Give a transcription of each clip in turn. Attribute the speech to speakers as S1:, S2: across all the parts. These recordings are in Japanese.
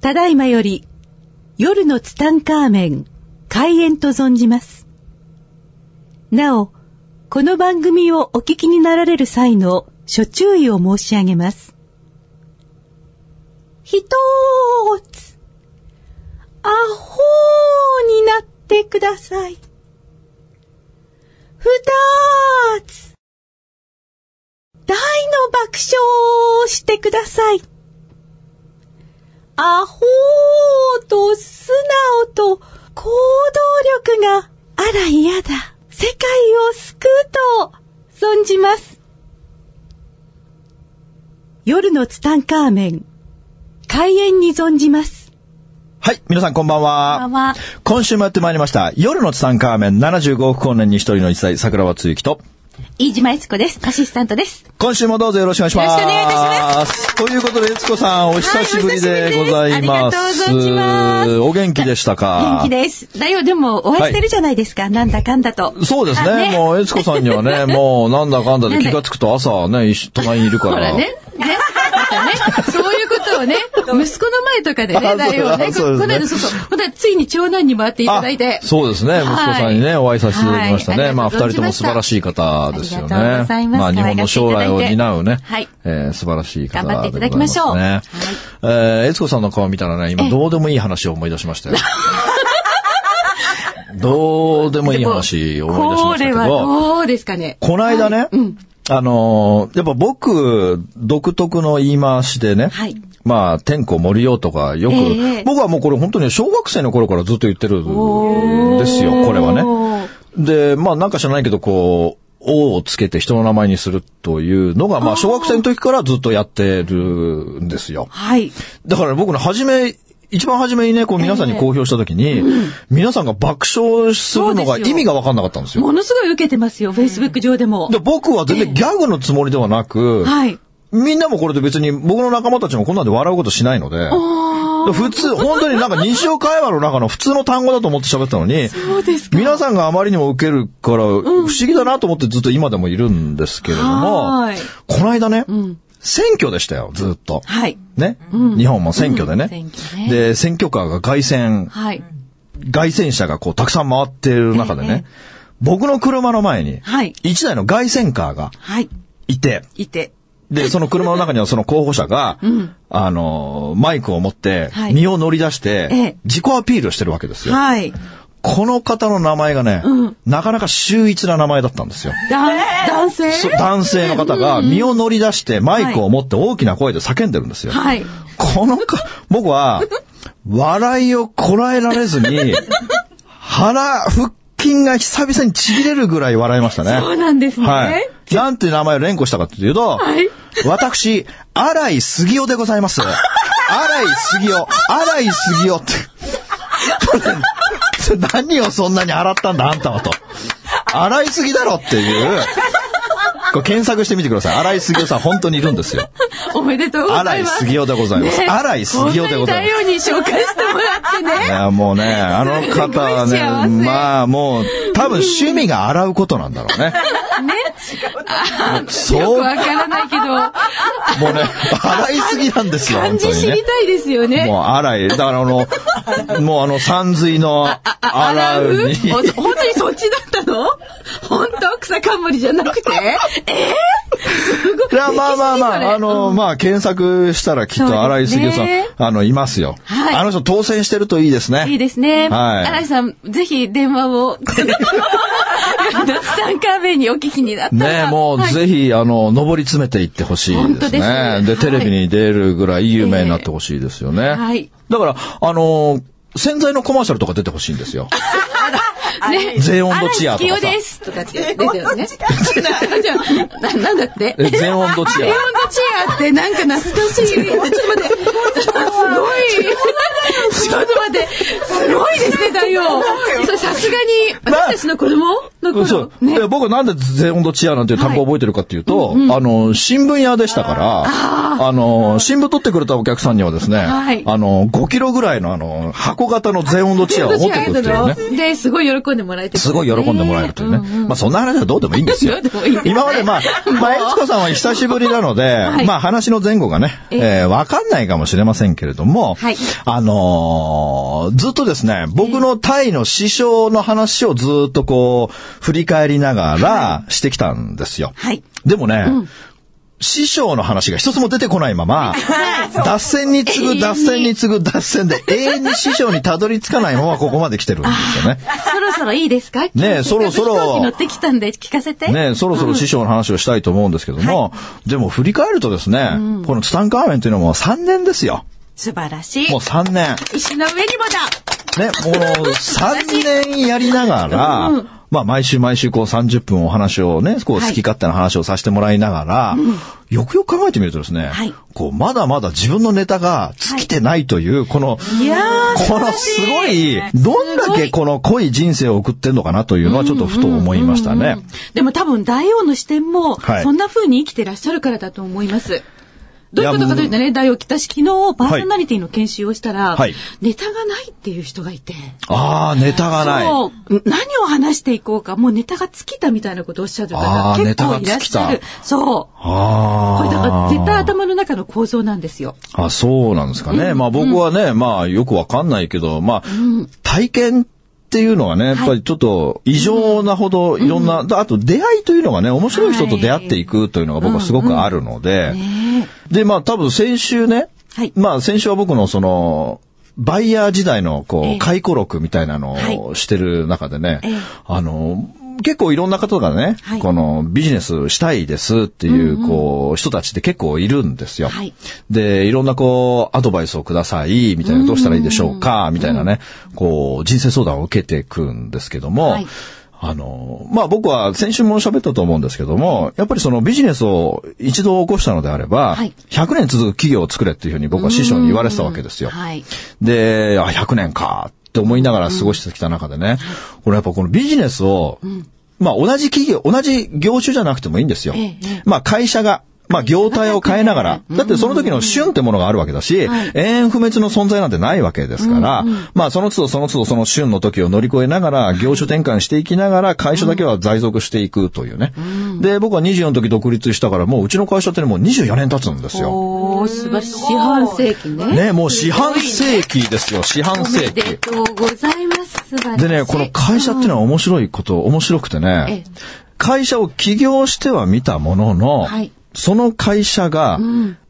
S1: ただいまより、夜のツタンカーメン、開演と存じます。なお、この番組をお聞きになられる際の、諸注意を申し上げます。ひとーつ、アホーになってください。ふたーつ、大の爆笑をしてください。アホーと素直と行動力があら嫌だ。世界を救うと存じます。夜のツタンカーメン、開演に存じます。
S2: はい、皆さんこんばんは。
S1: こんばんは
S2: 今週もやってまいりました。夜のツタンカーメン75億光年に一人の一歳、桜庭つゆきと、
S1: 飯島悦子です。アシスタントです。
S2: 今週もどうぞよろしくお願いします。
S1: よろしくお願いいたし
S2: ます。ということで、悦子さん、お久しぶりでございます。
S1: はいお久しぶりですありがとう存じます
S2: お元気でしたか
S1: 元気です。だよ、でもお会いしてるじゃないですか。なんだかんだと。
S2: そうです
S1: あ
S2: ね。もう、悦子さんにはね、もう、なんだかんだで
S1: なん
S2: 気
S1: だ
S2: がつくと朝ね、一緒隣にいるか
S3: ほ
S2: ら。
S3: らね。ね。またね。そういうことをね、息子の前とかで
S2: あ
S3: ね、だよね。
S2: そうそ
S3: ここの
S2: うそうで
S3: 間、そうそう。ほんならついに長男にも会っていただいて。
S2: あそうですね。息子さんにね、お会いさせていただきました
S3: は
S2: ね。
S3: い
S2: まあ、
S3: あ
S2: 二
S3: りがとう
S2: 人
S3: ございま
S2: とも
S3: し
S2: 素
S3: た
S2: 晴らしい方ですよね。
S1: ありがとうございます
S2: あ、日本の将来を担うね
S3: はい、
S2: えー素晴らしい方でございますね。
S3: 頑張っていただきましょう
S2: ね。えー、悦子さんの顔見たらね、今、どうでもいい話を思い出しまし たよ。どうでもいい話を思
S3: こ
S2: い出しましたけ
S3: れは
S2: ど。
S3: どうですかね。
S2: この間ね、あのーやっぱ僕、独特の言い回しでね、
S1: はい
S2: まあ、天候盛りようとか、よく、
S1: ええ
S2: 僕はもうこれ本当に小学生の頃からずっと言ってるんですよ、これはね。で、まあなんか知らないけど、こう、王をつけて人の名前にするというのが、まあ小学生の時からずっとやってるんですよ。
S1: はい。
S2: だから僕の初め、一番初めにね、こう皆さんに公表した時に、皆さんが爆笑するのが意味がわかんなかったんですよ。
S1: ものすごい受けてますよ。Facebook 上でも。
S2: で、僕は全然ギャグのつもりではなく、
S1: はい。
S2: みんなもこれで別に僕の仲間たちもこんなんで笑うことしないので、普通、本当になんか日常会話の中の普通の単語だと思って喋ったのに、
S1: そうですか。
S2: 皆さんがあまりにも受けるから、不思議だなと思ってずっと今でもいるんですけれども
S1: はい、
S2: この間ね、選挙でしたよ、ずっと。
S1: はい。
S2: ね、日本も選挙でね。
S1: 選挙ね
S2: で、選挙カーが凱旋、
S1: はい。
S2: 凱旋車がこうたくさん回ってる中でね、僕の車の前に、
S1: はい
S2: 一台の凱旋カーが
S1: はい。
S2: いて、
S1: いて。
S2: で、その車の中にはその候補者が、あのー、マイクを持って
S1: は、い
S2: 身を乗り出し
S1: え
S2: て
S1: え、
S2: 自己アピールをしてるわけですよ。
S1: はい。
S2: この方の名前がね、なかなか秀逸な名前だったんですよ。
S1: だん男性
S2: そ男性の方が身を乗り出して、マイクを持って大きな声で叫んでるんですよ。
S1: はい。
S2: このか、僕は、笑いをこらえられず に、腹、腹筋が久々にちぎれるぐらい笑いましたね。
S1: そうなんですね。
S2: はい。なんて名前を連呼したかっていうと、
S1: はい
S2: 私、荒井杉雄でござ います。荒井杉雄、荒井杉雄って。 それ何をそんなに洗ったんだ、あんたはと。洗いすぎだろっていう。これ検索してみてください。荒井杉雄さん、本当にいるんですよ。
S3: おめでとうござ
S2: 荒
S3: い
S2: 井
S3: ます。
S2: 杉雄でございます。
S3: ね
S2: 荒井杉雄でございま
S3: こ
S2: す。
S3: んなに頼りに紹介してもらって
S2: い
S3: ね。
S2: や、もうね、あの方は
S3: すごい幸せ
S2: ね、まあもう、多分趣味が洗うことなんだろうね。ね。
S3: よく
S2: そう、
S3: わからないけど、
S2: もうね、洗いすぎな んですよ、
S3: 漢
S2: 本当
S3: 字
S2: に
S3: 知
S2: ね
S3: り。たいですよね。
S2: もう洗い、だからあの、もうあの、山水の
S3: あ
S2: 洗うに、
S3: お本当にそっちだったの本当草冠じゃなくてえ
S2: いや、まあまあま
S3: それ
S2: あ、あの、まあ、検索したらきっと荒井杉雄さ
S3: そうんですね、
S2: あの、いますよ。
S3: はい
S2: あの人当選してるといいですね。
S3: いいですね。
S2: はい
S3: 荒井さん、ぜひ電話 を。スタンカーベイにお聞きになった
S2: ね
S3: ら。
S2: え、もうぜひ、あの、上り詰めていってほしい
S3: 本
S2: です
S3: 当です
S2: ね。
S3: はい
S2: で、テレビに出るぐらい有名になってほしいですよね。
S3: はい
S2: だから、あの洗剤のコマーシャルとか出てほしいんですよ。
S3: ね。
S2: 全温度チアと
S3: 荒井
S2: か
S3: 月
S2: さ
S3: 夜。ですとかって出てるね。じゃあな、なんだって
S2: え全温度チ
S3: レオン
S2: ア。
S3: ドチアってなんか懐かしい。ちょっと待って。すごい。ちょっと待って。すごいですね、だよ。それさすがに、
S2: まあ
S3: 私たちの子供だから
S2: そう。
S3: ね
S2: で僕なんで全温度チアなんていう単語覚えてるかっていうと、あの、新聞屋でしたから、あの、新聞取ってくれたお客さんにはですね、
S3: はい
S2: あの、5キロぐらいのあの、箱型の全温度チアを持ってくるっていうね。
S3: で、すごい喜んでもらえてる
S2: すごい喜んでもらえるというね。まあそんな話はどうでもいいんですよ。
S3: どうで もいいです
S2: 今までまあ、まあ、悦子さんは久しぶりなの で、
S3: い
S2: まあ話の前後がね、えーわかんないかもしれませんけれども、
S3: はい
S2: あのーずっとですね、僕のタイの師匠の話をずっとこう、振り返りながらしてきたんですよ。
S3: はい。
S2: でもね、師匠の話が一つも出てこないまま、脱線に次ぐ脱線に次ぐ脱線で永遠に師匠にたどり着かないままここまで来てるんですよね。
S3: そろそろいいですか
S2: ねえそろそろ
S3: 飛行機乗ってきたんで聞かせて。
S2: ね、そろそろ師匠の話をしたいと思うんですけども、でも振り返るとですね、このツタンカーメンというのはもう3年ですよ。
S3: 素晴らしい
S2: もう。3年。
S3: 石の上にもだ
S2: ね、もう3年やりながら、まあ毎週毎週こう30分お話をね、こう
S3: はい
S2: 好き勝手な話をさせてもらいながら、よくよく考えてみるとですね、
S3: はい
S2: こうまだまだ自分のネタが尽きてないという、この、
S3: いやー、素
S2: こ
S3: 晴
S2: の
S3: らし
S2: すごい、どんだけこの濃い人生を送ってんのかなというのはちょっとふと思いましたね。
S3: でも多分大王の視点も、
S2: はい
S3: そんな風に生きてらっしゃるからだと思います。どういうことかというとね、大王来たし、昨日パーソナリティの研修をしたら、
S2: はい
S3: ネタがないっていう人がいて、
S2: ああ、ネタがない。
S3: そう、何を話していこうか、もうネタが尽きたみたいなことをおっしゃる
S2: あ
S3: 方
S2: ー
S3: 結構いらっしゃ
S2: ネタが尽
S3: る
S2: き。
S3: そう。
S2: あ
S3: こ
S2: あ。
S3: れだから絶対頭の中の構造なんですよ。
S2: あ、そうなんですかね。まあ僕はね、まあよくわかんないけど、まあ、体験っていうのはね、やっぱりちょっと異常なほどいろんな、あと出会いというのがね、面白い人と出会っていくというのが僕はすごくあるので、
S3: ね
S2: で、まあ多分先週ね、
S3: はい
S2: まあ先週は僕のその、バイヤー時代の
S3: え
S2: こ
S3: え
S2: う、回顧録みたいな
S3: はい
S2: のをしてる中でね、
S3: ええ
S2: あの、結構いろんな方がね、
S3: はい
S2: このビジネスしたいですっていう、こう、人たちって結構いるんですよ。
S3: はい
S2: で、いろんなこう、アドバイスをください、みたいな、どうしたらいいでしょうか、みたいなね、こう、人生相談を受けていくんですけども、
S3: はい
S2: あの、まあ、僕は先週も喋ったと思うんですけども、やっぱりそのビジネスを一度起こしたのであれば、
S3: はい
S2: 100年続く企業を作れっていうふうに僕は師匠に言われてたわけですよ。
S3: はい。
S2: で、あ、100年かって思いながら過ごしてきた中でね、これやっぱこのビジネスを、まあ同じ企業、同じ業種じゃなくてもいいんですよ。
S3: ええええ
S2: まあ会社が、まあ業態を変えながら、だってその時の旬ってものがあるわけだし、
S3: はい
S2: 永遠不滅の存在なんてないわけですから、まあその都度その都度その旬の時を乗り越えながら、業種転換していきながら、会社だけは在属していくというね。で、僕は24の時独立したから、もううちの会社ってねもう24年経つんですよ。
S3: おー、素晴らしい。四半世紀ね。
S2: ね、もう四半世紀ですよ、四半
S3: おめ
S2: 世
S3: で
S2: 紀。
S3: とうございます。素晴らしい。
S2: でね、この会社っていうのは面白いこと、面白くてね
S3: ええ、
S2: 会社を起業しては見たものの、
S3: はい
S2: その会社が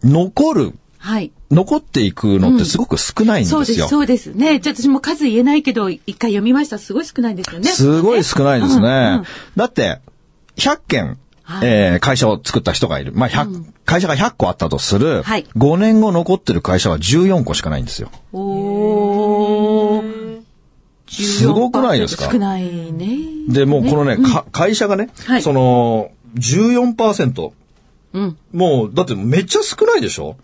S2: 残る、
S3: はい。
S2: 残っていくのってすごく少ないんです
S3: そ
S2: よ。
S3: うです、そうですね。ちょっと私も数言えないけど、一回読みました。すごい少ないんですよね。
S2: すごい少ないです
S3: う
S2: ね。
S3: んうん
S2: だって、100件、
S3: はい
S2: えー会社を作った人がいる。まあ、100会社が100個あったとする、
S3: はい
S2: 5年後残ってる会社は14個しかないんですよ。
S3: おー。
S2: すごくないですか
S3: 少ないね。
S2: で、もうこのね、か会社がね、
S3: はい
S2: その、14%。
S3: うん。
S2: もう、だってめっちゃ少ないでしょ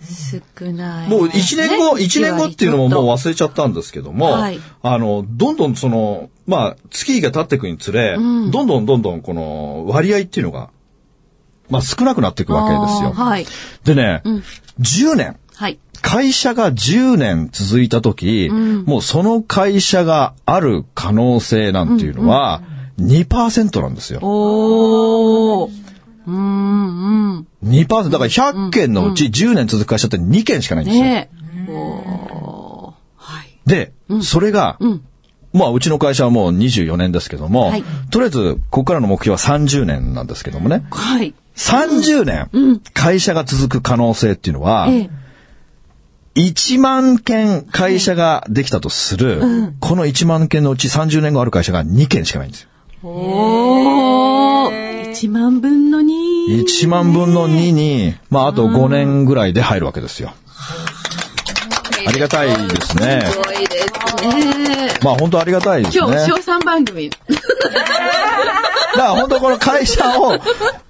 S3: 少ない。
S2: もう1年後、
S3: ね
S2: 一年後っていうのももう忘れちゃったんですけども、
S3: はい
S2: あの、どんどんその、まあ、月日が経っていくにつれ、
S3: ん
S2: どんどんどんどんこの割合っていうのが、まあ少なくなっていくわけですよ。
S3: あーはい。
S2: でね、
S3: ん
S2: 10年。
S3: はい。
S2: 会社が10年続いた時、
S3: ん
S2: もうその会社がある可能性なんていうのは2%なんですよ。
S3: おー。うん、うん。
S2: 2%、だから100件のうち10年続く会社って2件しかないんですよ。
S3: ねえ。おー。はい。
S2: で、それが、
S3: うん。
S2: まあ、うちの会社はもう24年ですけども、
S3: はい
S2: とりあえず、ここからの目標は30年なんですけどもね、
S3: はい。
S2: 30年、会社が続く可能性っていうのは、
S3: ええ。
S2: 1万件会社ができたとする、この1万件のうち30年後ある会社が2件しかないんですよ。
S3: おー。1万分の2。
S2: 1万分の2に、まあ、あと5年ぐらいで入るわけですよ。ありがたいですね。
S3: 多いですね。
S2: まあ、本当ありがたいですね。
S3: 今日、賞賛番組。
S2: だから本当この会社を、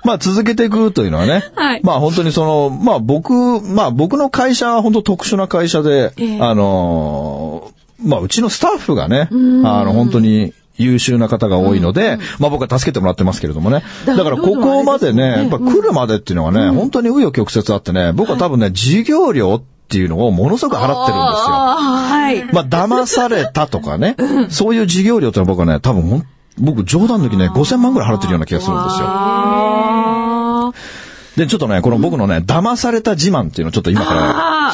S2: まあ続けていくというのはね、
S3: はい
S2: まあ本当にその、まあ僕、まあ僕の会社は本当特殊な会社で、
S3: ええ
S2: あのーまあうちのスタッフがね、あの本当に優秀な方が多いので、まあ僕は助けてもらってますけれどもね。
S3: だ
S2: だ
S3: から
S2: からここまでね、やっぱ来るまでっていうのはね、本当に紆余曲折あってね、僕は多分ね、事業料っていうのをものすごく払ってるんですよ。
S3: はい。
S2: まあ、騙されたとかね、そういう事業料ってのは僕はね、多分ほん、僕冗談の時ね、5000万ぐらい払ってるような気がするんですよ。
S3: あ
S2: で、ちょっとね、この僕のね、騙された自慢っていうのをちょっと今から、
S3: あ。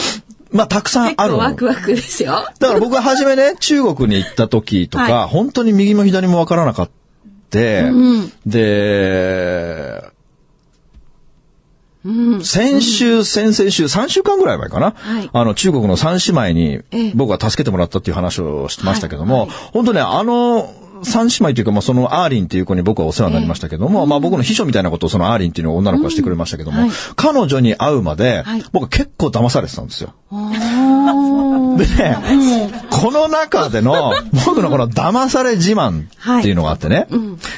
S2: まあ、たくさん
S3: 結
S2: ある
S3: 構
S2: の。
S3: ワクワクですよ。
S2: だから僕は初めね、中国に行った時とか、
S3: は
S2: 本当に右も左もわからなかった。で、先週、先々週、3週間ぐらい前かな、
S3: はい
S2: あの、中国の三姉妹
S3: え
S2: に
S3: え
S2: 僕は助けてもらったっていう話をしてましたけども、本当ね、あの、三姉妹というか、まあ、そのアーリンっていう子に僕はお世話になりましたけども、まあ、僕の秘書みたいなことをそのアーリンっていう女の子がしてくれましたけども、
S3: うんはい
S2: 彼女に会うまで、
S3: はい
S2: 僕は結構騙されてたんですよ。
S3: あ
S2: でね、この中での、僕のこの騙され自慢っていうのがあってね、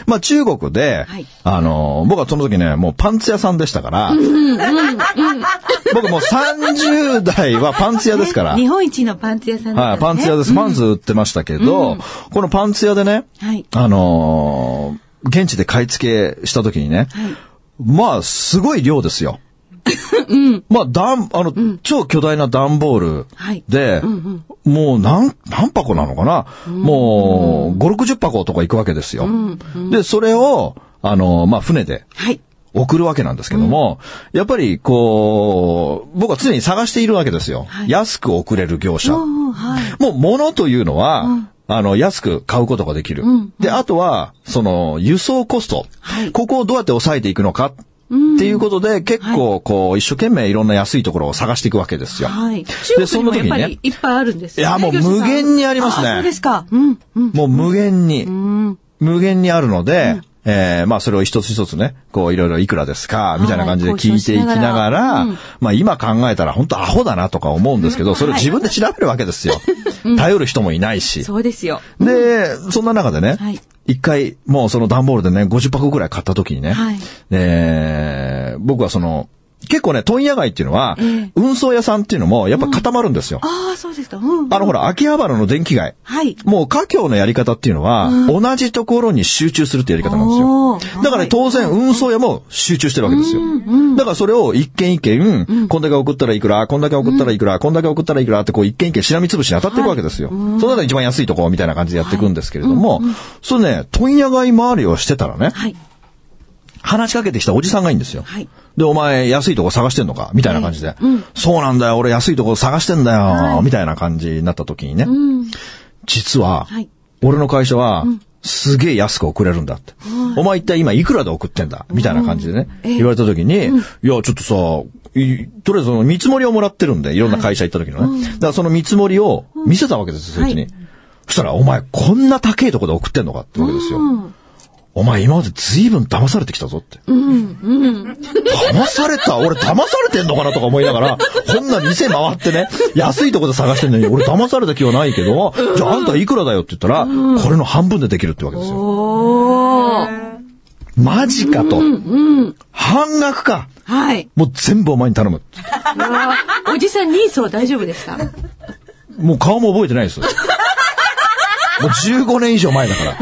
S2: まあ中国で、
S3: はい
S2: あの、僕はその時ね、もうパンツ屋さんでしたから、僕もう30代はパンツ屋ですか
S3: あ。
S2: ら、
S3: 日本一のパンツ屋さんだ。
S2: はい、パンツ屋ですす。パンツ売ってましたけど、このパンツ屋でね、
S3: はい。
S2: あのー現地で買い付けした時にね、まあ、すごい量ですよ。まあ、段、あの、超巨大な段ボール
S3: はい
S2: で、もう何、何箱なのかな、もう、5、60箱とか行くわけですよ。で、それを、あのーまあ、船で
S3: はい。
S2: 送るわけなんですけども、やっぱりこう、僕は常に探しているわけですよ。
S3: はい
S2: 安く送れる業者。
S3: おーはい。
S2: もう物というのは、あの、安く買うことができる。で、あとは、その、輸送コスト、
S3: はい
S2: ここをどうやって抑えていくのか。っていうことで、結構、こう、一生懸命いろんな安いところを探していくわけですよ。
S3: はい。
S2: で、
S3: 中
S2: そ
S3: 国
S2: の
S3: に
S2: 時
S3: もやっ
S2: に
S3: ぱ
S2: ね
S3: り、いっぱいあるんです
S2: い
S3: よ
S2: や、
S3: ね。
S2: もう
S3: 業者さん
S2: 無限にありますね
S3: あそうですか。うん。うん。
S2: もう無限に、無限にあるので、えーまあそれを一つ一つね、こういろいろいくらですか、みたいな感じで聞いていきなが
S3: はい交
S2: ら、
S3: 渉しながらうん
S2: まあ今考えたら本当アホだなとか思うんですけど、それを自分で調べるわけですよ。頼る人もいないし。
S3: そうですよ。
S2: で、そんな中でね
S3: はい、
S2: 一、回、もうその段ボールでね、50箱ぐらい買った時にね、
S3: はい
S2: えー僕はその、結構ね、問屋街っていうのは、
S3: ええ
S2: 運送屋さんっていうのもやっぱ固まるんですよ。
S3: ああ、そうですか。うん。
S2: あのほら、秋葉原の電気街。
S3: はい。
S2: もう家業のやり方っていうのは、同じところに集中するっていうやり方なんです
S3: お
S2: よ。
S3: ー
S2: だから
S3: はい
S2: ね当然運送屋も集中してるわけですよ。だからそれを一軒一軒、こんだけ送ったらいくら、こんだけ送ったらいくら、こんだけ送ったらいくらってこう一軒一軒しらみつぶしに当たっていくわけですよ。その中で一番安いとこみたいな感じでやっていくんですけれども、それね、問屋街周りをしてたらね、
S3: はい。
S2: 話しかけてきたおじさんがいいんですよ。
S3: はい。
S2: で、お前安いとこ探してんのかみたいな感じで、そうなんだよ、俺安いとこ探してんだよ、みたいな感じになった時にね。実は、
S3: はい
S2: 俺の会社は、すげえ安く送れるんだって。お前一体今いくらで送ってんだみたいな感じでね、言われた時に、いや、ちょっとさ、いとりあえずその見積もりをもらってるんで、いろんな会社行った時のね。だからその見積もりを見せたわけですよ、そいつに。
S3: はい
S2: そしたら、お前こんな高いとこで送ってんのかってわけですよ。お前今まで随分騙されてきたぞって。騙された俺騙されてんのかなとか思いながら、こんな店回ってね、安いとこで探してんのに、俺騙された気はないけど、じゃああんたいくらだよって言ったら、これの半分でできるってわけですよ。
S3: おー。
S2: マジかと。半額か。
S3: はい。
S2: もう全部お前に頼む。
S3: おじさん人相大丈夫ですか
S2: もう顔も覚えてないです。もう15年以上前だから。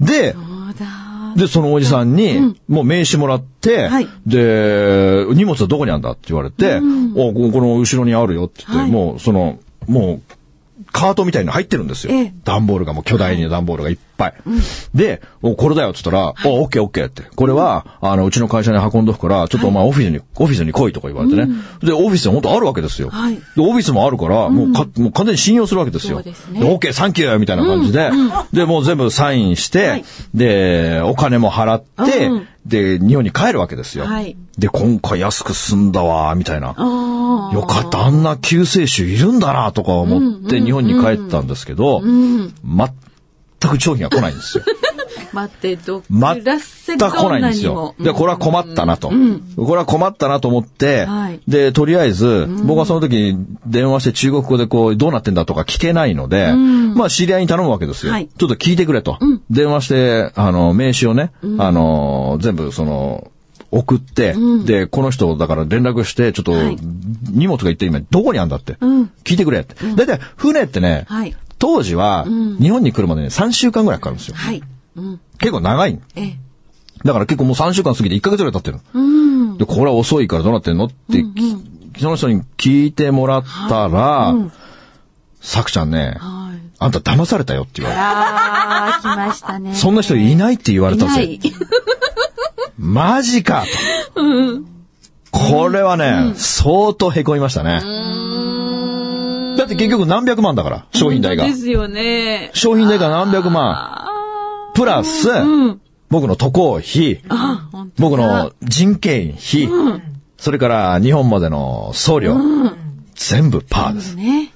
S2: で、
S3: そうだ。
S2: で、そのおじさんに、もう名刺もらって
S3: はい、
S2: で、荷物はどこにあるんだって言われて、おここの後ろにあるよって言っ
S3: はい
S2: て、もうその、もう、カートみたいに入ってるんですよ
S3: ええ。
S2: 段ボールがもう巨大に段ボールがいっぱい。で、おこれだよって言ったら、おオッケーオッケーって。これは、あの、うちの会社に運んどくから、ちょっとお前オフィスに、オフィスに来いとか言われてね。で、オフィス本当あるわけですよ。
S3: はい
S2: で、オフィスもあるから、もうか、もう完全に信用するわけですよ。
S3: そうですね
S2: でオッケー、サンキューみたいな感じで、で、もう全部サインして、
S3: はい
S2: で、お金も払って、
S3: うん
S2: で、日本に帰るわけですよ。
S3: はい
S2: で、今回安く済んだわ、みたいな。
S3: ああ。
S2: よかった、あんな救世主いるんだな、とか思って日本に帰ったんですけど、全く商品が来ないんですよ。
S3: 待って、どっ
S2: 全
S3: くらせ
S2: く
S3: どん
S2: 来ないん
S3: な
S2: です
S3: に
S2: よ
S3: も。。
S2: で、これは困ったなと。これは困ったなと思って
S3: はい、
S2: で、とりあえず、僕はその時電話して中国語でこう、どうなってんだとか聞けないので、まあ知り合いに頼むわけですよ。
S3: は
S2: ちょ
S3: い
S2: っと聞いてくれと。電話して、あの、名刺をね、あの、全部その、送って、で、この人、だから連絡して、ちょっと
S3: はい、
S2: 荷物が行って今、どこにあんだって、聞いてくれって。だいたい船ってね、
S3: はい
S2: 当時は、日本に来るまでね、3週間ぐらいかかるんですよ。
S3: はい。うん。
S2: 結構長い。
S3: ええ。
S2: だから結構もう3週間過ぎて1ヶ月ぐらい経ってる。
S3: うん。
S2: で、これは遅いからどうなってんのって、きその人に聞いてもらったら、さくちゃんね、
S3: はい。
S2: あんた騙されたよって言われ
S1: あー、来ましたね。
S2: た。そんな人いないって言われた
S3: は
S2: ぜ
S3: い。。
S2: マジかと。これはね、相当凹みましたね。だって結局何百万だから、商品代が
S3: で。すよね。
S2: 商品代が何百万。
S3: あ
S2: プラス、僕の渡航費、
S3: あ。本当
S2: 僕の人件費、それから日本までの送料、全部パーです。
S3: ね。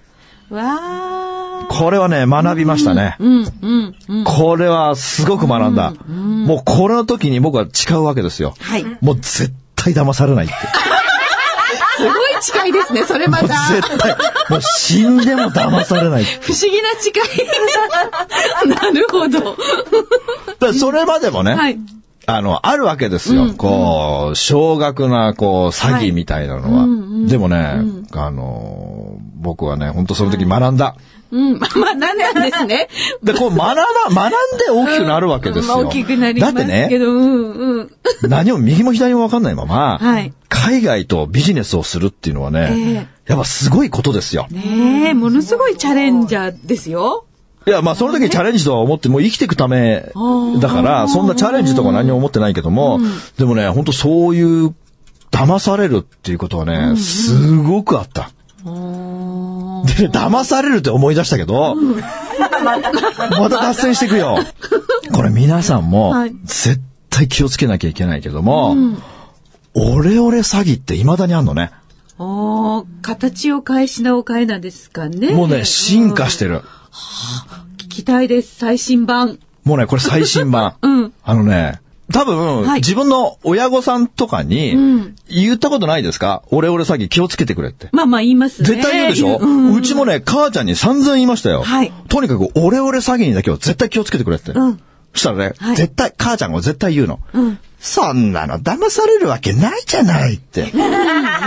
S3: わあ。
S2: これはね、学びましたね。
S3: うん、うん、うん。
S2: これはすごく学んだ。もうこれの時に僕は誓うわけですよ。
S3: はい。す
S2: もう絶対騙されないって。
S3: ごい近いですね、それま
S2: もう
S3: た。
S2: 絶対、もう死んでも騙されない。
S3: 不思議な近い。 なるほど。
S2: だからそれまでもね、
S3: はい。
S2: あの、あるわけですよ。こう、少額な、こう、詐欺みたいなのは。でもね、あのー、僕はね、本当その時学んだ。
S3: うん。ま あ、学んだんですね。
S2: で、こう、学ば、 学んで大きくなるわけですよ。
S3: まあ、大きくなります
S2: だって
S3: け
S2: ね、
S3: ど、うん、うん。
S2: 何も右も左も分かんないまま、
S3: はい
S2: 海外とビジネスをするっていうのはね、やっぱすごいことですよ。
S3: ねえ、ものすごいチャレンジャーですよ。
S2: いや、まあ、その時チャレンジとは思って、もう生きていくため
S3: ー
S2: だから、そんなチャレンジとか何も思ってないけども、でもね、本当そういう、騙されるっていうことはね、すごくあった。
S3: お
S2: でね、騙されるって思い出したけど、また脱線していくよ。これ皆さんも
S3: はい、
S2: 絶対気をつけなきゃいけないけども、オレオレ詐欺って未だにあんのね。
S3: お形を変え、品を変えなんですかね。
S2: もうね、進化してる。
S3: 聞きたいです、最新版。
S2: もうね、これ最新版。
S3: うん
S2: あのね、多分、
S3: はい
S2: 自分の親御さんとかに
S3: ん、
S2: 言ったことないですか、オレオレ詐欺気をつけてくれって。
S3: まあまあ言いますね。
S2: 絶対言うでしょ、
S3: ん
S2: うちもね、母ちゃんに散々言いましたよ。
S3: はい
S2: とにかく、オレオレ詐欺にだけは絶対気をつけてくれって。
S3: うん
S2: そしたらね、
S3: はい
S2: 絶対、母ちゃんが絶対言うの。
S3: うん
S2: そんなの騙されるわけないじゃないって。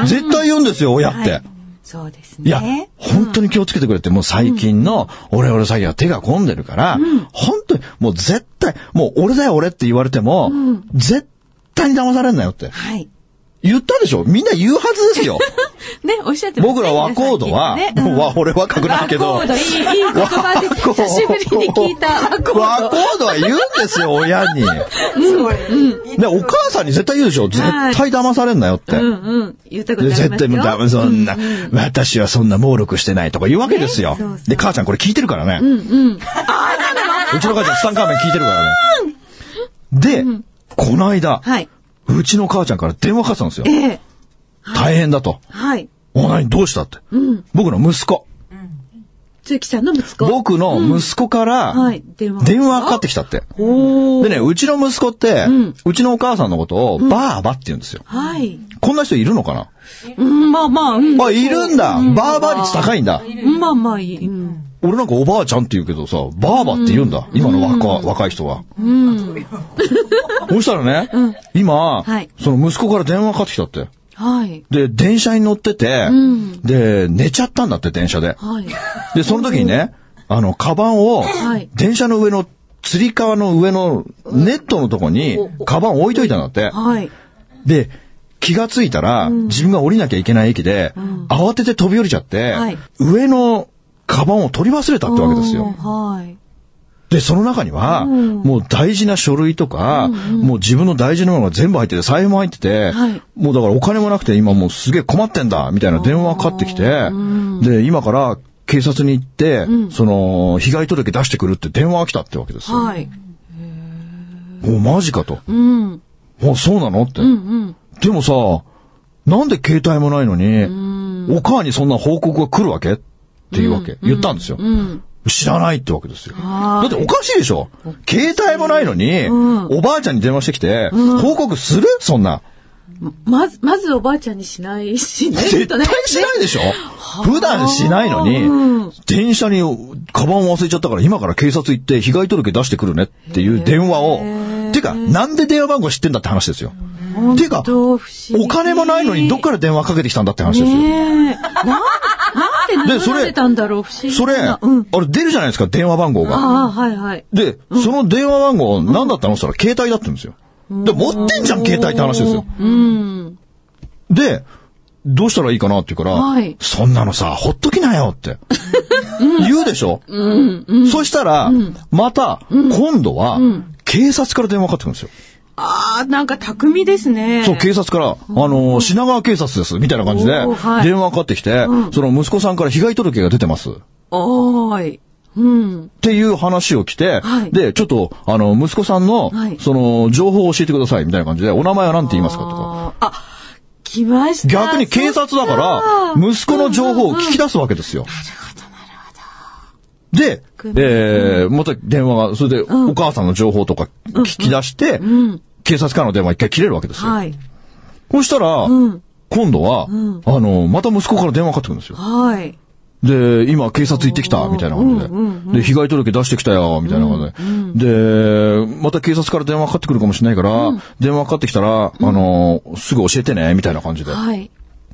S2: 絶対言うんですよ、親って。
S3: はいそうですね。
S2: いや、本当に気をつけてくれって、もう最近のオレオレ詐欺は手が込んでるから、本当にもう絶対、もう俺だよ俺って言われても、絶対に騙されんなよって。
S3: はい。
S2: 言ったでしょみんな言うは ずですよ。
S3: ね、おっしゃってましたね
S2: 僕ら和コードは、
S3: 皆さんね
S2: もう わ俺若くないけ
S3: 和
S2: ど、
S3: コー
S2: 和
S3: ド、いい、いい言葉で、
S2: 和コード
S3: 久しぶりに聞いた和コー
S2: コ
S3: ド。
S2: ードは言うんですよ、親に。で、お母さんに絶対言うでしょ絶対騙されんなよって。
S3: うんうん。言ったことあり
S2: で
S3: ますよ
S2: 絶対もうダメ、そんな、私はそんな猛力してないとか言うわけですよ。で、母ちゃんこれ聞いてるからね。うちの母ちゃんツタンカーメン聞いてるからね。で、この間、
S3: はい。
S2: うちの母ちゃんから電話かかってたんですよ。
S3: ええ。
S2: 大変だと。
S3: はい。
S2: お、何どうしたって。僕の息子。
S3: つゆきさんの息子。
S2: 僕の息子から
S3: はい、電話。
S2: 電話かかってきたって。
S3: おー
S2: でね、うちの息子って、うちのお母さんのことをバーバって言うんですよ。
S3: はい。
S2: こんな人いるのかな
S3: うん、まあまあ、うん。
S2: あ、いるんだバーバ率高いんだ
S3: まあまあ、いい。うん。
S2: 俺なんかおばあちゃんって言うけどさ、ばあばって言うんだ。今の若、若い人は。そしたらね、今、
S3: はい
S2: その息子から電話かかってきたって。
S3: はい。
S2: で、電車に乗ってて、
S3: ん
S2: で、寝ちゃったんだって、電車で。
S3: はい。
S2: で、その時にね、あの、カバンを
S3: はい、
S2: 電車の上の、釣り革の上のネットのとこに、カバン置いといたんだって。
S3: はい。
S2: で、気がついたら、自分が降りなきゃいけない駅で、慌てて飛び降りちゃって、
S3: はい
S2: 上のカバンを取り忘れたってわけですよ。
S3: はい。
S2: で、その中には、もう大事な書類とか、もう自分の大事なものが全部入ってて、財布も入ってて、
S3: はい
S2: もうだからお金もなくて今もうすげえ困ってんだ、みたいな電話がかかってきて、で、今から警察に行って、その、被害届出してくるって電話が来たってわけですよ。
S3: はい。
S2: もうマジかと。
S3: うん。
S2: もうそうなのって。
S3: うん。
S2: でもさ、なんで携帯もないのに、お母にそんな報告が来るわけっていうわけ、言ったんですよ。
S3: うん。
S2: 知らないってわけですよ。だ
S3: は
S2: っ
S3: い
S2: ておかしいでしょ携帯もないのに、
S3: ん
S2: おばあちゃんに電話してきて、報告するそんな。
S3: まず、まずおばあちゃんにしないしね。
S2: 絶対しないでしょ普段しないの
S3: う
S2: に、電車にカバンを忘れちゃったから今から警察行って被害届出してくるねっていう電話を。てか、なんで電話番号知ってんだって話ですよ。
S3: 本
S2: てか
S3: 当不思議
S2: お金もないのにどっから電話かけてきたんだって話ですよ。
S3: ねえ。なん、なんなんで
S2: でそ
S3: 名乗
S2: れ
S3: られたんだろう、不思議な。
S2: それ、
S3: うん。
S2: あれ出るじゃないですか、電話番号が。
S3: ああ、はいはい。
S2: で、その電話番号何だったのそしたら携帯だったんですよ。で、持ってんじゃん、携帯って話ですよ。
S3: うん。
S2: で、どうしたらいいかなって言うから、
S3: はい
S2: そんなのさ、ほっときなよって。言うでしょ、そしたら、また、今度は、警察から電話かかってくるんですよ。
S3: ああ、なんか巧みですね。
S2: そう、警察から、あのー品川警察です、みたいな感じで
S3: おーは、い
S2: 電話かかってきて、その息子さんから被害届が出てます。っ
S3: おーい。うん。
S2: ていう話を来て、
S3: はい
S2: で、ちょっと、あの、息子さんの、
S3: はい
S2: その、情報を教えてください、みたいな感じで、お名前は何て言いますかとか。
S3: あーあ、来ました。
S2: 逆に警察だから、
S3: そっ
S2: 息子の情報を聞き出すわけですよ。で、えー、また電話が、それで、お母さんの情報とか聞き出して、警察からの電話一回切れるわけですよ。
S3: はい。
S2: そしたら、今度は、あの、また息子から電話かかってくるんですよ。
S3: はい。
S2: で、今警察行ってきた、みたいな感じで。で、被害届出してきたよ、みたいな感じで。で、また警察から電話かかってくるかもしれないから、電話かかってきたら、あの、すぐ教えてね、みたいな感じで。
S3: はい。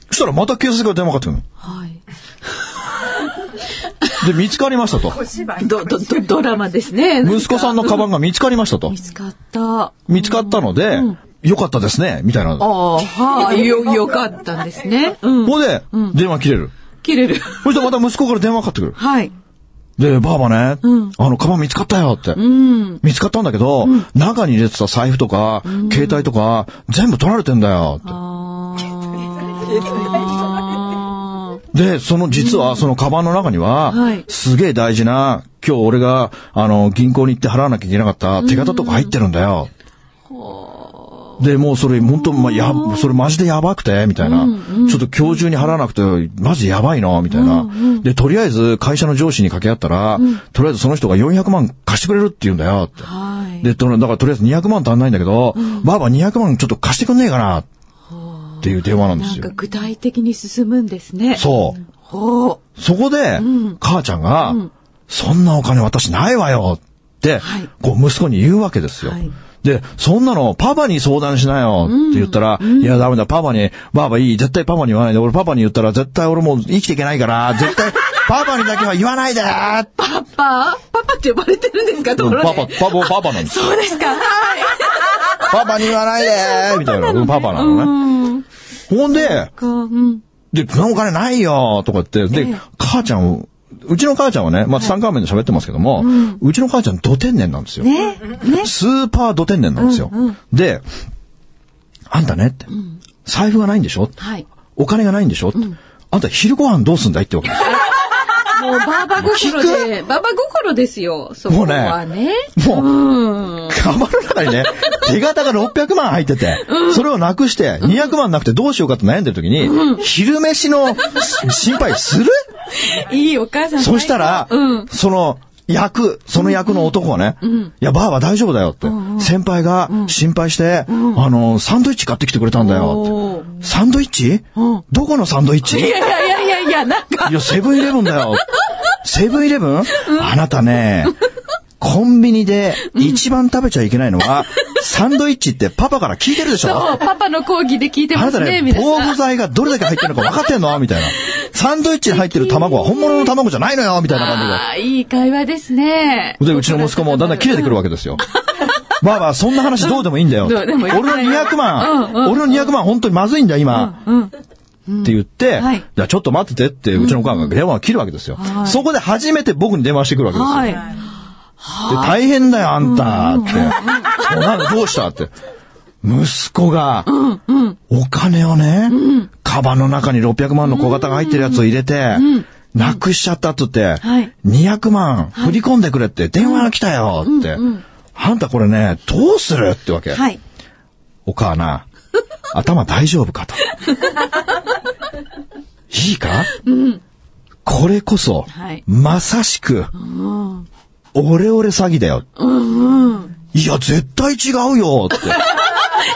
S2: そしたらまた警察から電話かかってく
S3: はい。
S2: るの。で、見つかり ましたと。
S3: ど、ど、ど、ドラマですね。
S2: 息子さんのカバンが見つかりましたと
S3: 見。つかった。
S2: 見つかったので、よかったですね、みたいな。
S3: あ
S2: こ
S3: あ、はい。よ、よかったんですね。うん。
S2: こで、電話切れる。
S3: 切れる。
S2: そしてまた息子から電話かかってくる。
S3: はい。
S2: で、ばあばね、あの、カバン見つかったよって。
S3: うん。
S2: 見つかったんだけど、中に入れてた財布とか、携帯とか、全部取られてんだよっ
S3: ああ。
S2: て。で、その、実は、そのカバンの中には
S3: はい、
S2: すげえ大事な、今日俺が、あの、銀行に行って払わなきゃいけなかった手形とか入ってるんだよ。で、もうそれ、本当まあ、や、それマジでやばくて、みたいな。ちょっと今日中に払わなくて、マジやばいな、みたいな。で、とりあえず、会社の上司に掛け合ったら、とりあえずその人が400万貸してくれるって言うんだよ、って。
S3: はい。
S2: で、とだからとりあえず200万足んないんだけど、ばあば200万ちょっと貸してくんねえかな、っていう電話なんで
S3: な
S2: す
S3: んか
S2: よ。
S3: 具体的に進むんですね。
S2: そう。
S3: ほう。
S2: そこで、母ちゃんが、そんなお金私ないわよって、
S3: はい
S2: こう息子に言うわけですよ。
S3: はい
S2: で、そんなのパパに相談しなよって言ったら、いやダメだ、パパに、ばあばいい、絶対パパに言わないで、俺パパに言ったら絶対俺もう生きていけな いから、絶対パパにだけは言わないでって
S3: パパパパって呼ばれてるんですかところで
S2: パパ、パパ、パパなんです よ。
S3: そうですか。はい。
S2: パパに言わないでみたいな。パパなのね。ほんで、
S3: か、うん。
S2: で、そのお金ないよとか言って、で、母ちゃん、うちの母ちゃんはね、まあ、ツタンカーメンで喋ってますけども、うちの母ちゃん、ド天然なんですよ。
S3: ね、ね。
S2: スーパード天然なんですよ。で、あんたねって、財布がないんでしょ
S3: はい。
S2: お金がないんでしょ、あんた昼ご飯どうすんだいってわけですよ。
S3: もう、バーバ心で、バーバ心ですよ。そこはね。
S2: も
S3: う
S2: う
S3: ん。
S2: カバンの中にね、手形が600万入ってて、それをなくして、200万なくてどうしようかって悩んでる時に、昼飯の心配する
S3: いいお母さん。
S2: そしたら、
S3: うん。
S2: その役、その役の男はね、いや、ばあば大丈夫だよって、先輩が心配して、あの、サンドイッチ買ってきてくれたんだよ
S3: お
S2: って。サンドイッチ、どこのサンドイッチ
S3: いやいやいやいやいや、なん か、
S2: いや、セブンイレブンだ よ。セブンイレブン、あなたね、コンビニで一番食べちゃいけないのは、サンドイッチってパパから聞いてるでしょ
S3: そう、パパの講義で聞いて
S2: あ
S3: ま
S2: なた
S3: すね、
S2: ね、
S3: 皆
S2: 防
S3: さ
S2: 腐
S3: ん。
S2: 剤がどれだけ入ってるのか分かってんのみたいな。サンドイッチに入ってる卵は本物の卵じゃないのよみたいな感じで。
S3: ああ、いい会話ですね。
S2: で、うちの息子もだんだん切れてくるわけです よ。ばあば、そんな話どうでもいいんだよ。
S3: どうでもいい
S2: 俺の200万、俺の200万本当にまずいんだよ、今。って言って、
S3: はい
S2: じゃあちょっと待っててって、うちのお母さんが電話を切るわけですよ。そこで初めて僕に電話してくるわけですよ。
S3: はい。
S2: で大変だよ、あんた、って。もうなんかどうしたって。息子が、お金をね、カバンの中に600万の小型が入ってるやつを入れて、なくしちゃったっつって
S3: はい、
S2: 200万振り込んでくれって電話が来たよって。あんたこれね、どうするってわけ。
S3: はい。
S2: お母な、頭大丈夫か と。いいか、これこそ、
S3: はい
S2: まさしく、オレオレ詐欺だよ。いや、絶対違うよって。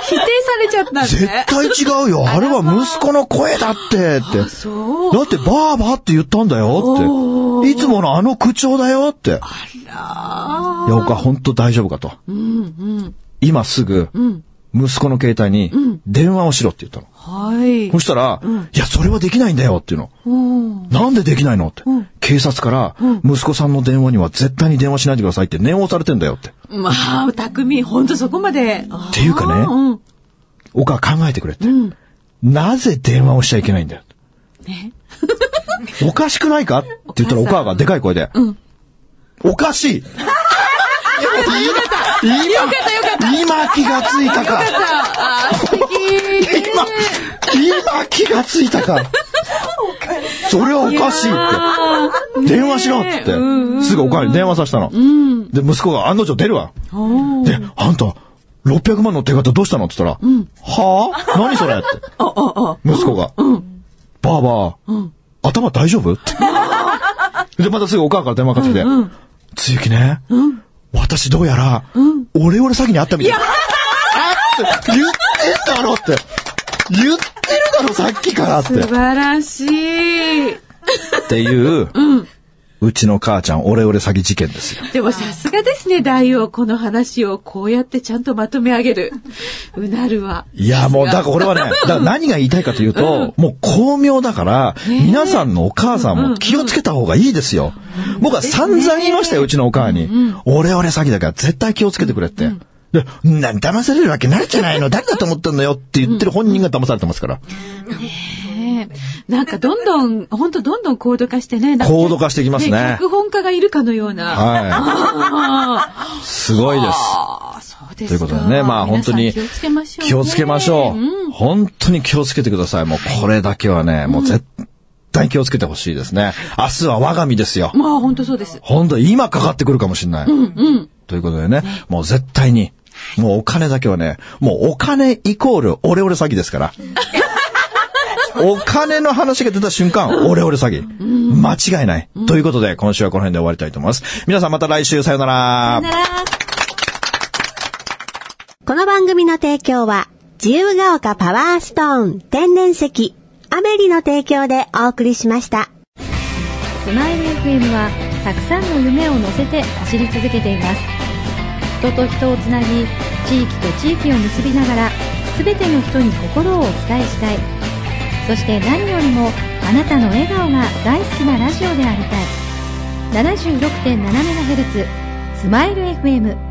S3: 否定されちゃったん
S2: 絶
S3: で。
S2: 対違うよ。あれは息子の声だって、って。だ
S3: そう。
S2: って、ばあばって言ったんだよ、って。いつものあの口調だよ、って。いや、
S3: あ
S2: お母、ほんと大丈夫かと。
S3: あ。うんうん。
S2: 今すぐ、息子の携帯に、電話をしろって言ったの。
S3: はい
S2: そ。したら、いや、それはできないんだよっていうの。
S3: うん。
S2: なんでできないのって。警察から、息子さんの電話には絶対に電話しないでくださいって念を押されてんだよって。
S3: まあ、匠、ほんとそこまで。って
S2: いうかね
S3: うん。
S2: お母考えてくれって。
S3: ん
S2: なぜ電話をしちゃいけないんだよ。
S3: ね。
S2: おかしくないかって言ったらお
S3: お母さん
S2: 母がでかい声で、
S3: うん
S2: おか しい今、今気がついたか
S3: ああ、素敵。
S2: 今、今気がついたかそれはおかしいって。電話しろっつって。すぐお母に電話させたの。で、息子が案の定出るわ。
S3: おー
S2: で、あんた、600万の手形どうしたのって言ったら、はぁ何それ って。息子が、ばあばあ、頭大丈夫って。で、またすぐお母から電話かけてきて、つゆきね、私どうやら、オレオレ詐欺にあったみたい。あって言ってんだろって。言ってるだろ、さっきからって。
S3: 素
S2: っ
S3: 晴らしい。
S2: ていう、うちの母ちゃん、オレオレ詐欺事件ですよ。
S3: でもさすがですね、大王。この話をこうやってちゃんとまとめ上げる。うなるわ。
S2: いや、もう、だから俺はね、だから何が言いたいかというと、もう巧妙だから、皆さんのお母さんも気をつけた方がいいですよ。僕は散々言いましたよ、うちのお母に。俺俺詐欺だから絶対気をつけてくれって。で、な、騙されるわけないじゃないの、誰だと思ってんのよって言ってる本人が騙されてますから。
S3: ねえなんかどんどん、ほんとどんどん高度化してね。なんか
S2: 高度化していきますね
S3: 脚本家がいるかのような。
S2: はい。すごいです。
S3: ああ、そうで
S2: とい
S3: す
S2: う
S3: か。
S2: ことでね、まあ本当に
S3: 皆さん気をつけましょうね。
S2: 気をつけましょ
S3: ん
S2: う。本当に気をつけてください。もうこれだけはね、もう絶対気をつけてほしいですね。明日は我が身ですよ。
S3: まあ本当そうです。
S2: 本当今かかってくるかもしれない。ということでね、もう絶対に、もうお金だけはね、もうお金イコールオレオレ詐欺で すから。お金の話が出た瞬間、オレオレ詐欺。間違いない。ということで、今週はこの辺で終わりたいと思います。皆さんまた来週、さようなら。
S4: この番組の提供は、自由が丘パワーストーン天然石、アメリの提供でお送りしました。
S5: スマイル FM はたくさんの夢を乗せて走り続けています人と人をつなぎ地域と地域を結びながら全ての人に心をお伝えしたいそして何よりもあなたの笑顔が大好きなラジオでありたい 76.7MHz スマイル FM